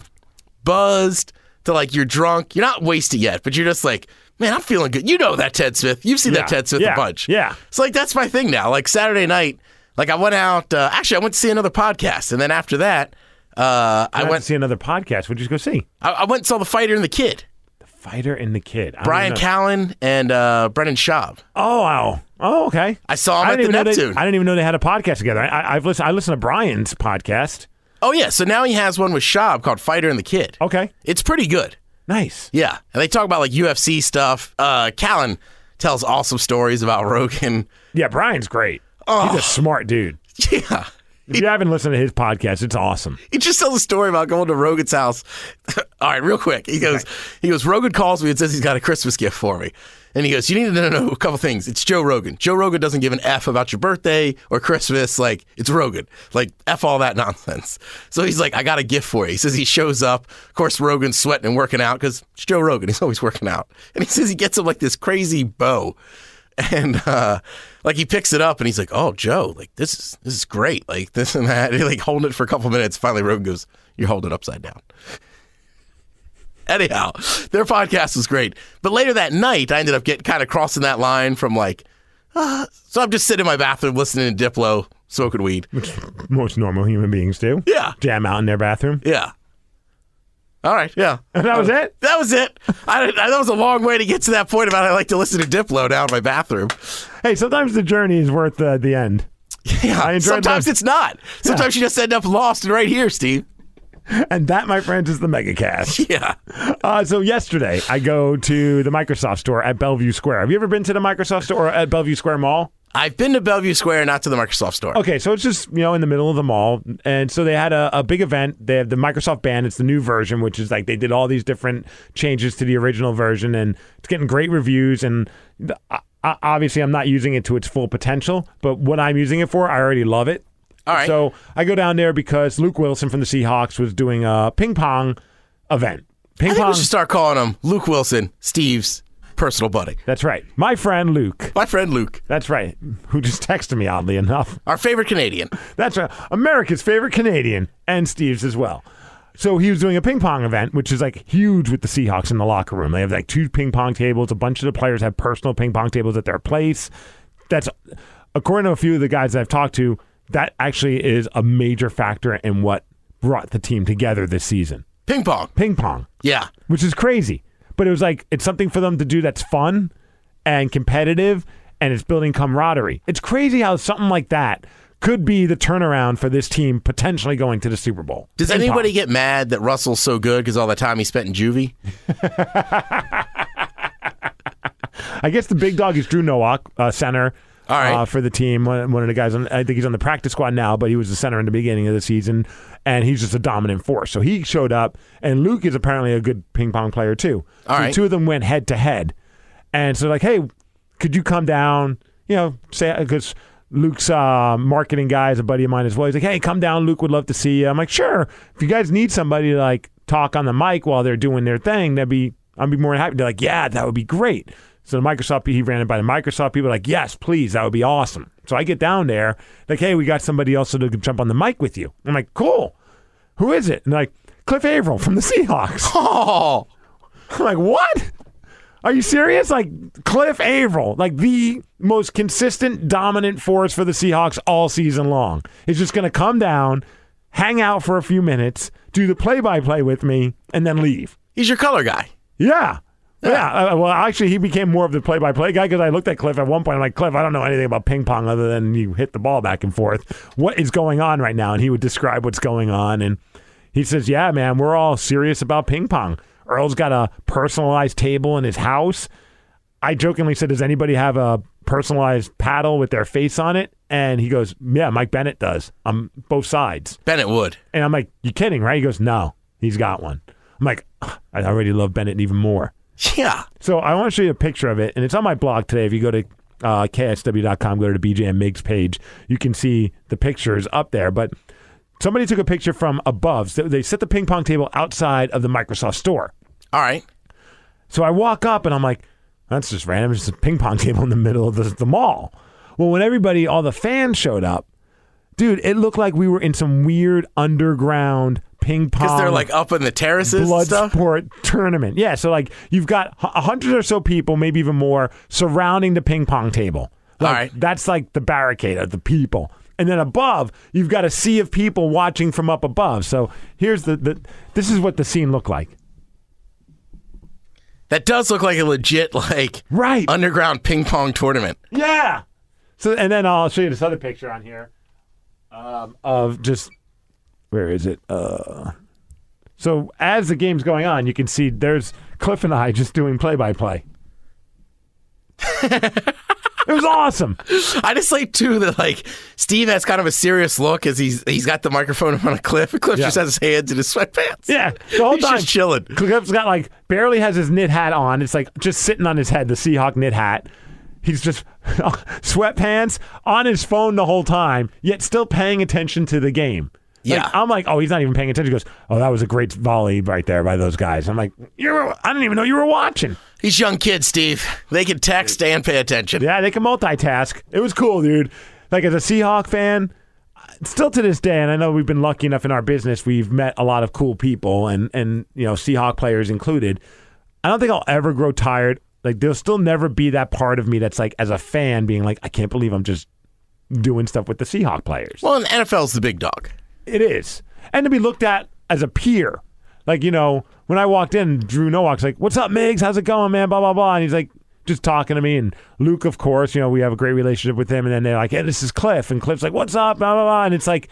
buzzed to like you're drunk. You're not wasted yet, but you're just like, man, I'm feeling good. You know that Ted Smith. You've seen
Yeah.
that Ted Smith
Yeah.
a bunch.
Yeah.
It's like that's my thing now. Like Saturday night, Like I went out. Uh, actually, I went to see another podcast, and then after that, uh, I
I went
went.
to see another podcast. What'd you go see?
I, I went and saw the fighter and the kid,
Fighter and the Kid. I don't
Brian
know.
Callen and uh, Brennan Schaub.
Oh wow. Oh okay.
I saw him
I
at
didn't
the
even know they-
Neptune.
I didn't even know they had a podcast together. I, I, I've listened. I listened to Brian's podcast.
Oh yeah, so now he has one with Schaub called Fighter and the Kid.
Okay.
It's pretty good.
Nice.
Yeah, and they talk about like UFC stuff. Uh, Callen tells awesome stories about Rogan.
Yeah, Brian's great.
Oh.
He's a smart dude.
Yeah.
If you haven't listened to his podcast, it's awesome.
He just tells a story about going to Rogan's house. All right, real quick. He goes, he goes. Rogan calls me and says he's got a Christmas gift for me, and he goes, "You need to know a couple things. It's Joe Rogan. Joe Rogan doesn't give an f about your birthday or Christmas. Like it's Rogan. Like f all that nonsense." So he's like, "I got a gift for you." He says he shows up. Of course, Rogan's sweating and working out because it's Joe Rogan. He's always working out, and he says he gets him like this crazy bow and uh, like he picks it up and he's like, "Oh, Joe, like this is this is great, like this and that." He like holding it for a couple minutes. Finally, Rogan goes, "You're holding it upside down." Anyhow, their podcast was great, but later that night, I ended up getting kind of crossing that line from like, uh, so I'm just sitting in my bathroom listening to Diplo smoking weed.
Most normal human beings do.
Yeah.
Jam out in their bathroom.
Yeah. All right. Yeah.
And that was it.
That was it. I, I, that was a long way to get to that point about I like to listen to Diplo down in my bathroom.
Hey, sometimes the journey is worth uh, the end.
Yeah,
I enjoyed
sometimes
those-
it's not. Sometimes you just end up lost and right here, Steve.
And that, my friends, is the megacast.
Yeah.
Uh, so yesterday, I go to the Microsoft store at Bellevue Square. Have you ever been to the Microsoft store at Bellevue Square Mall?
I've been to Bellevue Square, not to the Microsoft store.
Okay, so it's just you know in the middle of the mall, and so they had a, a big event. They have the Microsoft Band. It's the new version, which is like they did all these different changes to the original version, and it's getting great reviews. And the- o- o- obviously, I'm not using it to its full potential, but what I'm using it for, I already love it.
All right.
So I go down there because Luke Wilson from the Seahawks was doing a ping pong event. Ping
I think
pong.
we should start calling him Luke Wilson, Steve's personal buddy.
That's right. My friend Luke.
My friend Luke,
That's right. Who just texted me oddly enough.
our favorite Canadian.
That's right. America's favorite Canadian and Steve's as well. So he was doing a ping pong event, which is like huge with the Seahawks in the locker room. They have like two ping pong tables. A bunch of the players have personal ping pong tables at their place. That's according to a few of the guys that I've talked to, that actually is a major factor in what brought the team together this season.
Ping pong.
Ping pong
Yeah.
which is crazy. But it was like it's something for them to do that's fun and competitive, and it's building camaraderie. It's crazy how something like that could be the turnaround for this team potentially going to the Super Bowl.
Does
Ping pong.
anybody get mad that Russell's so good because all the time he spent in juvie?
I guess the big dog is Drew Nowak, uh, center.
All right.
Uh, for the team, one, one of the guys. On, I think he's on the practice squad now, but he was the center in the beginning of the season, and he's just a dominant force. So he showed up, and Luke is apparently a good ping pong player too.
All
so
right.
the two of them went head to head, and so like, hey, could you come down? You know, say because Luke's uh, marketing guy is a buddy of mine as well. He's like, hey, come down. Luke would love to see you. I'm like, sure. If you guys need somebody to like talk on the mic while they're doing their thing, that'd be I'd be more than happy. They're like, yeah, that would be great. So the Microsoft, he ran it by the Microsoft people. Like, yes, please, that would be awesome. So I get down there, like, hey, we got somebody else to jump on the mic with you. I'm like, cool. Who is it? And they're like, Cliff Averill from the Seahawks.
Oh,
I'm like, what? Are you serious? Like Cliff Averill, like the most consistent dominant force for the Seahawks all season long, is just going to come down, hang out for a few minutes, do the play-by-play with me, and then leave.
he's your color guy.
Yeah. Yeah. Uh, well, actually, he became more of the play-by-play guy because I looked at Cliff at one point. I'm like, Cliff, I don't know anything about ping pong other than you hit the ball back and forth. What is going on right now? And he would describe what's going on. And he says, Yeah, man, we're all serious about ping pong. Earl's got a personalized table in his house. I jokingly said, Does anybody have a personalized paddle with their face on it? And he goes, Yeah, Mike Bennett does on both sides.
Bennett Wood.
And I'm like, You kidding, right? He goes, No, he's got one. I'm like, I already love Bennett even more.
Yeah.
So I want to show you a picture of it, and it's on my blog today. If you go to uh, ksw.com, go to the BJ and Migs page, you can see the pictures up there. But somebody took a picture from above. So they set the ping pong table outside of the Microsoft store.
All right.
So I walk up and I'm like, that's just random. It's just a ping pong table in the middle of the, the mall. Well, when everybody, all the fans showed up, dude, it looked like we were in some weird underground ping pong
Because they're like up in the terraces and
Um, blood
stuff.
sport tournament. Yeah, so like you've got h- a hundred or so people, maybe even more, surrounding the ping pong table. Like,
All right.
that's like the barricade of the people. and then above you've got a sea of people watching from up above. So here's the, the this is what the scene looked like.
That does look like a legit like
Right.
underground ping pong tournament.
Yeah. So and then I'll show you this other picture on here um, of just where is it? Uh, so as the game's going on, you can see there's Cliff and I just doing play by play. It was awesome.
I just like too that like Steve has kind of a serious look as he's he's got the microphone up on a cliff. Cliff
Yeah.
just has his hands in his sweatpants.
Yeah, the whole
he's
time
just chilling.
Cliff's got like barely has his knit hat on. It's like just sitting on his head, the Seahawk knit hat. He's just sweatpants on his phone the whole time, yet still paying attention to the game. Like,
Yeah.
I'm like, oh, he's not even paying attention. He goes, oh, that was a great volley right there by those guys. I'm like, you were, I didn't even know you were watching.
These young kids, Steve, they can text and pay attention.
Yeah, they can multitask. It was cool, dude. Like as a Seahawk fan, still to this day, and I know we've been lucky enough in our business, we've met a lot of cool people, and and you know Seahawk players included. I don't think I'll ever grow tired. Like there'll still never be that part of me that's like as a fan being like, I can't believe I'm just doing stuff with the Seahawk players.
Well, and the NFL's the big dog.
It is, and to be looked at as a peer. Like you know, when I walked in, Drew Nowak's like, "What's up, Migs? How's it going, man?" Blah blah blah, and he's like just talking to me. And Luke, of course, you know, we have a great relationship with him. And then they're like, "Hey, this is Cliff," and Cliff's like, "What's up?" Blah blah blah, and it's like.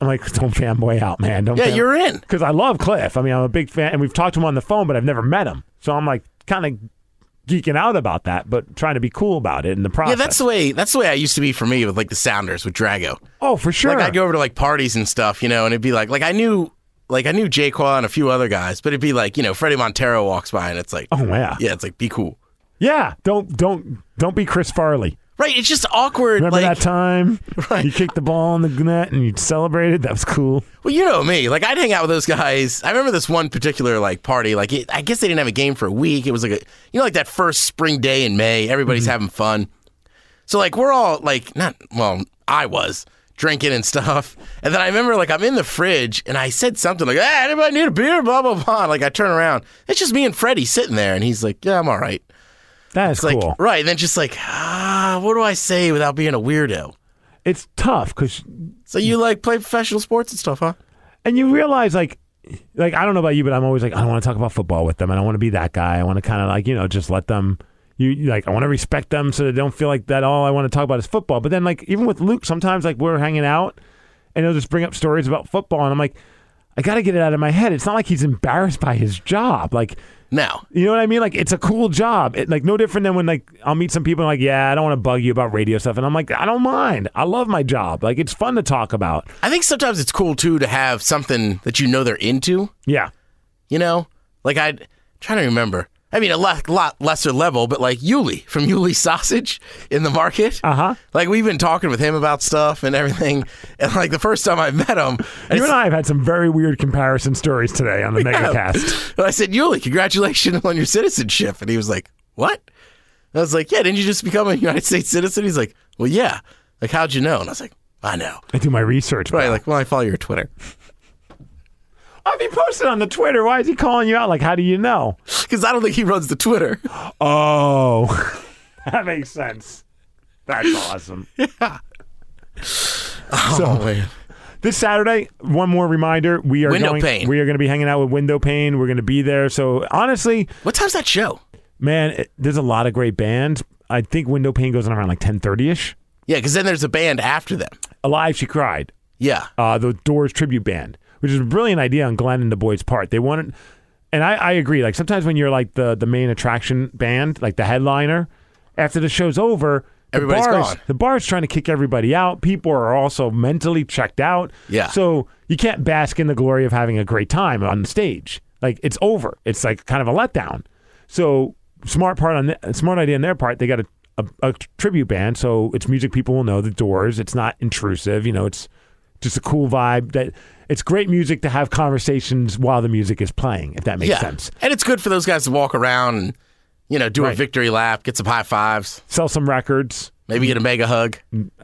I'm like, don't fanboy out, man. Don't
Yeah, you're in.
because I love Cliff. I mean, I'm a big fan, and we've talked to him on the phone, but I've never met him. So I'm like, kind of geeking out about that, but trying to be cool about it in the
Yeah,
process.
that's the way that's the way I used to be for me with like the Sounders with Drago.
oh, for sure.
Like I'd go over to like parties and stuff, you know, and it'd be like like I knew like I knew Jayquan and a few other guys, but it'd be like, you know, Freddie Montero walks by and it's like
oh yeah.
Yeah, it's like be cool.
Yeah, don't don't don't be Chris Farley.
Right, it's just awkward
Remember
like
that time
Right.
you kicked the ball in the net and you celebrated? That was cool.
Well, you know me. Like I'd hang out with those guys. I remember this one particular like party. Like it, I guess they didn't have a game for a week. It was like a you know like that first spring day in May. Everybody's having fun. So like we're all like not well I was drinking and stuff. And then I remember like I'm in the fridge and I said something like, "Hey, anybody need a beer?" Blah blah blah. Like I turn around, it's just me and Freddie sitting there, and he's like, "Yeah, I'm all right."
That is
It's like
cool.
right, and then just like ah, what do I say without being a weirdo?
It's tough because
So you like play professional sports and stuff, huh?
and you realize like like I don't know about you, but I'm always like I don't want to talk about football with them. I don't want to be that guy. I want to kind of like you know just let them. You you, like I want to respect them so they don't feel like that. All I want to talk about is football. But then like even with Luke, sometimes like we're hanging out and he'll just bring up stories about football, and I'm like. I got to get it out of my head. It's not like he's embarrassed by his job. Like,
No.
You know what I mean? Like it's a cool job. It, like no different than when like I'll meet some people and like, yeah, I don't want to bug you about radio stuff, and I'm like, I don't mind. I love my job. Like it's fun to talk about.
I think sometimes it's cool too to have something that you know they're into.
Yeah,
You know, like I trying to remember. I mean, a lot, lot lesser level, but like Yuli from Yuli Sausage in the market. Uh
Uh-huh.
Like we've been talking with him about stuff and everything. And like the first time I met him,
you and I have had some very weird comparison stories today on the MegaCast.
And I said, Yuli, congratulations on your citizenship. And he was like, What? And I was like, Yeah, didn't you just become a United States citizen? He's like, Well, yeah. Like, how'd you know? And I was like, I know.
I do my research.
Right.
bro.
Like, well, I follow your Twitter.
Oh, if he posted on the Twitter, why is he calling you out? Like, how do you know?
Because I don't think he runs the Twitter.
Oh, that makes sense. That's awesome.
Oh, man.
this Saturday, one more reminder: we are
Window
going.
Pane.
We are going to be hanging out with Window Pane. We're going to be there. So honestly,
What time's that show?
man, it, there's a lot of great bands. I think Window Pane goes on around like 10:30 ish.
Yeah, because then there's a band after them.
Alive, she cried.
Yeah.
Uh, the Doors tribute band, which is a brilliant idea on Glenn and the boys' part. They wanted, and I, I agree. Like sometimes when you're like the the main attraction band, like the headliner, after the show's over. The
Everybody's
bars,
gone.
The bar's trying to kick everybody out. People are also mentally checked out.
Yeah.
So you can't bask in the glory of having a great time on stage. Like it's over. It's like kind of a letdown. So smart part on the, smart idea on their part. They got a, a, a tribute band, so it's music people will know. The Doors. It's not intrusive. You know, it's just a cool vibe. That it's great music to have conversations while the music is playing. If that makes
yeah.
sense.
And it's good for those guys to walk around and, you know, do a
Right.
victory lap, get some high fives,
Sell some records.
maybe get a mega hug.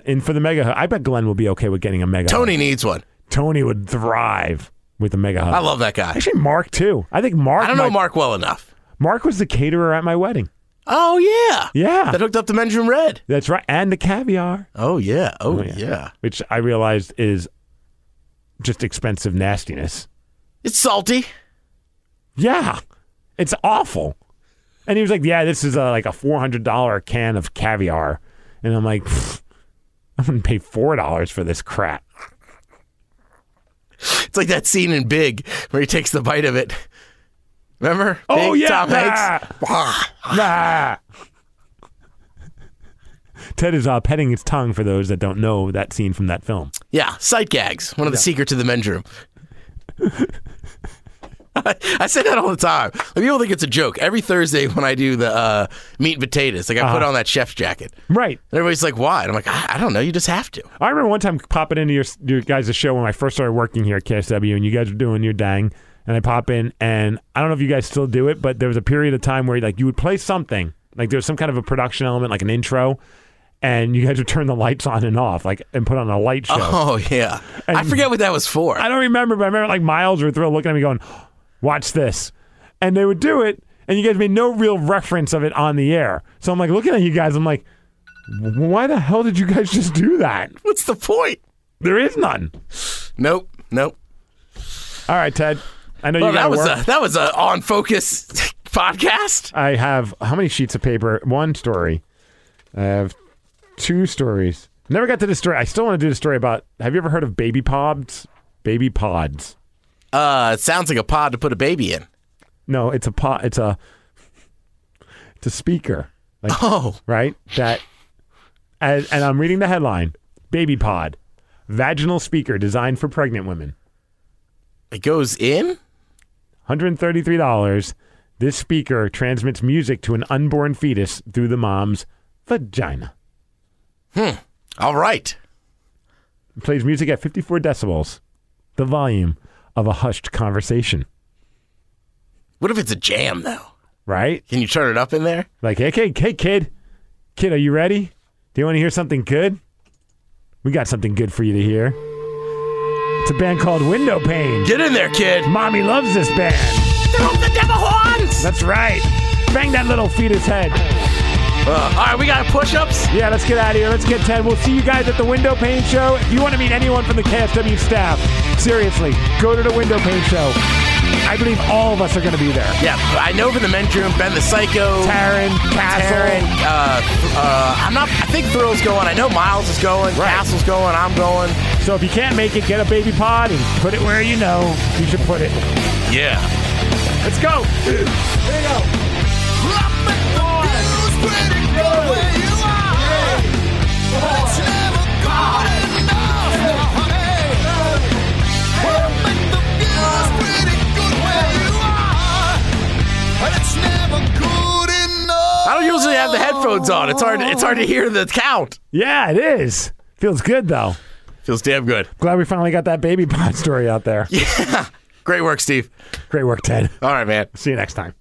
And for the mega, hug- I bet Glenn will be okay with getting a mega. hug.
Tony needs one.
Tony would thrive with a mega hug.
I love that guy.
Actually, Mark too. I think Mark.
I don't know
might-
Mark well enough.
Mark was the caterer at my wedding.
Oh yeah.
Yeah.
That hooked up to Men's Room Red.
That's right. And the caviar.
Oh yeah. Oh, yeah.
Which I realized is just expensive nastiness.
It's salty.
Yeah. It's awful. And he was like, yeah, this is a, like a $400 can of caviar. And I'm like, "Pfft, I'm going to pay $4 for this crap.
It's like that scene in Big where he takes the bite of it. Remember?
Oh,
Big,
yeah.
Tom Hanks. Ah.
Ah. Ted is uh, petting his tongue for those that don't know that scene from that film.
Yeah, sight gags. One of the secrets to the men's room. I, I say that all the time. Like, people think it's a joke. Every Thursday when I do the uh, meat and potatoes, like I
Uh-huh.
put on that chef's jacket.
Right.
And everybody's like, why? And I'm like, I, I don't know. You just have to.
I remember one time popping into your your guys' show when I first started working here at KSW, and you guys were doing your dang, and I pop in, and I don't know if you guys still do it, but there was a period of time where like you would play something, like there was some kind of a production element, like an intro, and you guys would turn the lights on and off, like and put on a light show.
Oh, yeah. I
And-
forget what that was for.
I don't remember, but I remember like Miles or Thrill looking at me going, "Watch this," and they would do it, and you guys made no real reference of it on the air. So I'm like looking at you guys, I'm like, "Why the hell did you guys just do that?
What's the point?
There is none."
Nope. Nope.
All right, Ted. I know
Well,
you got
that
to
was,
work.
a, that was a on focus podcast.
I have how many sheets of paper? One story. I have two stories. Never got to the story. I still want to do the story about. Have you ever heard of baby pods? Baby pods.
Uh, it sounds like a pod to put a baby in.
No, it's a pod. It's a. It's a speaker, like
Oh,
right? That, and, and I'm reading the headline: Baby pod, vaginal speaker designed for pregnant women.
it goes in?
$133. This speaker transmits music to an unborn fetus through the mom's vagina.
All right.
It plays music at 54 decibels, the volume of a hushed conversation,
What if it's a jam, though?
right?
Can you turn it up in there?
Like, hey, hey, hey, kid. Kid, are you ready? Do you want to hear something good? We got something good for you to hear. It's a band called Window Pane.
Get in there, kid.
Mommy loves this band. That's right. Bang that little fetus head.
Uh, all right, we got push-ups.
Yeah, let's get out of here. Let's get 10. We'll see you guys at the Window Pane Show. If you want to meet anyone from the KSW staff, seriously, go to the Window Pane Show. I believe all of us are going to be there.
Yeah, I know for the men's room, Ben the Psycho,
Taryn,
Taryn,
Castle.
uh, uh, I'm not. I think Thrill's going. I know Miles is going. Castle's going. I'm going.
So if you can't make it, get a baby pod and put it where you know you should put it.
Yeah.
Let's go. Here we go.
I don't usually have the headphones on. It's hard. It's hard to hear the count.
Yeah, it is. Feels good, though.
Feels damn good.
Glad we finally got that baby pod story out there.
Great work, Steve.
Great work, Ted.
All right, man.
See you next time.